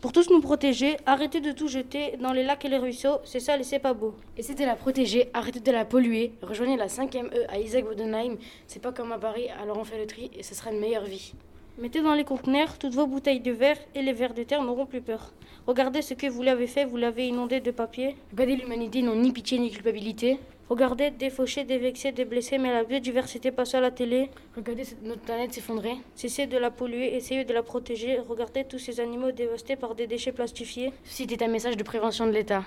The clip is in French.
Pour tous nous protéger, arrêtez de tout jeter dans les lacs et les ruisseaux, c'est sale et c'est pas beau. Essayez de la protéger, arrêtez de la polluer. Rejoignez la 5e E à Isaac Bodenheim. C'est pas comme à Paris, alors on fait le tri et ce sera une meilleure vie. Mettez dans les conteneurs toutes vos bouteilles de verre et les vers de terre n'auront plus peur. Regardez ce que vous l'avez fait, vous l'avez inondé de papier. Regardez l'humanité, n'ont ni pitié ni culpabilité. Regardez des fauchés, des vexés, des blessés, mais la biodiversité passe à la télé. Regardez notre planète s'effondrer. Cessez de la polluer, essayez de la protéger. Regardez tous ces animaux dévastés par des déchets plastifiés. Ceci était un message de prévention de l'État.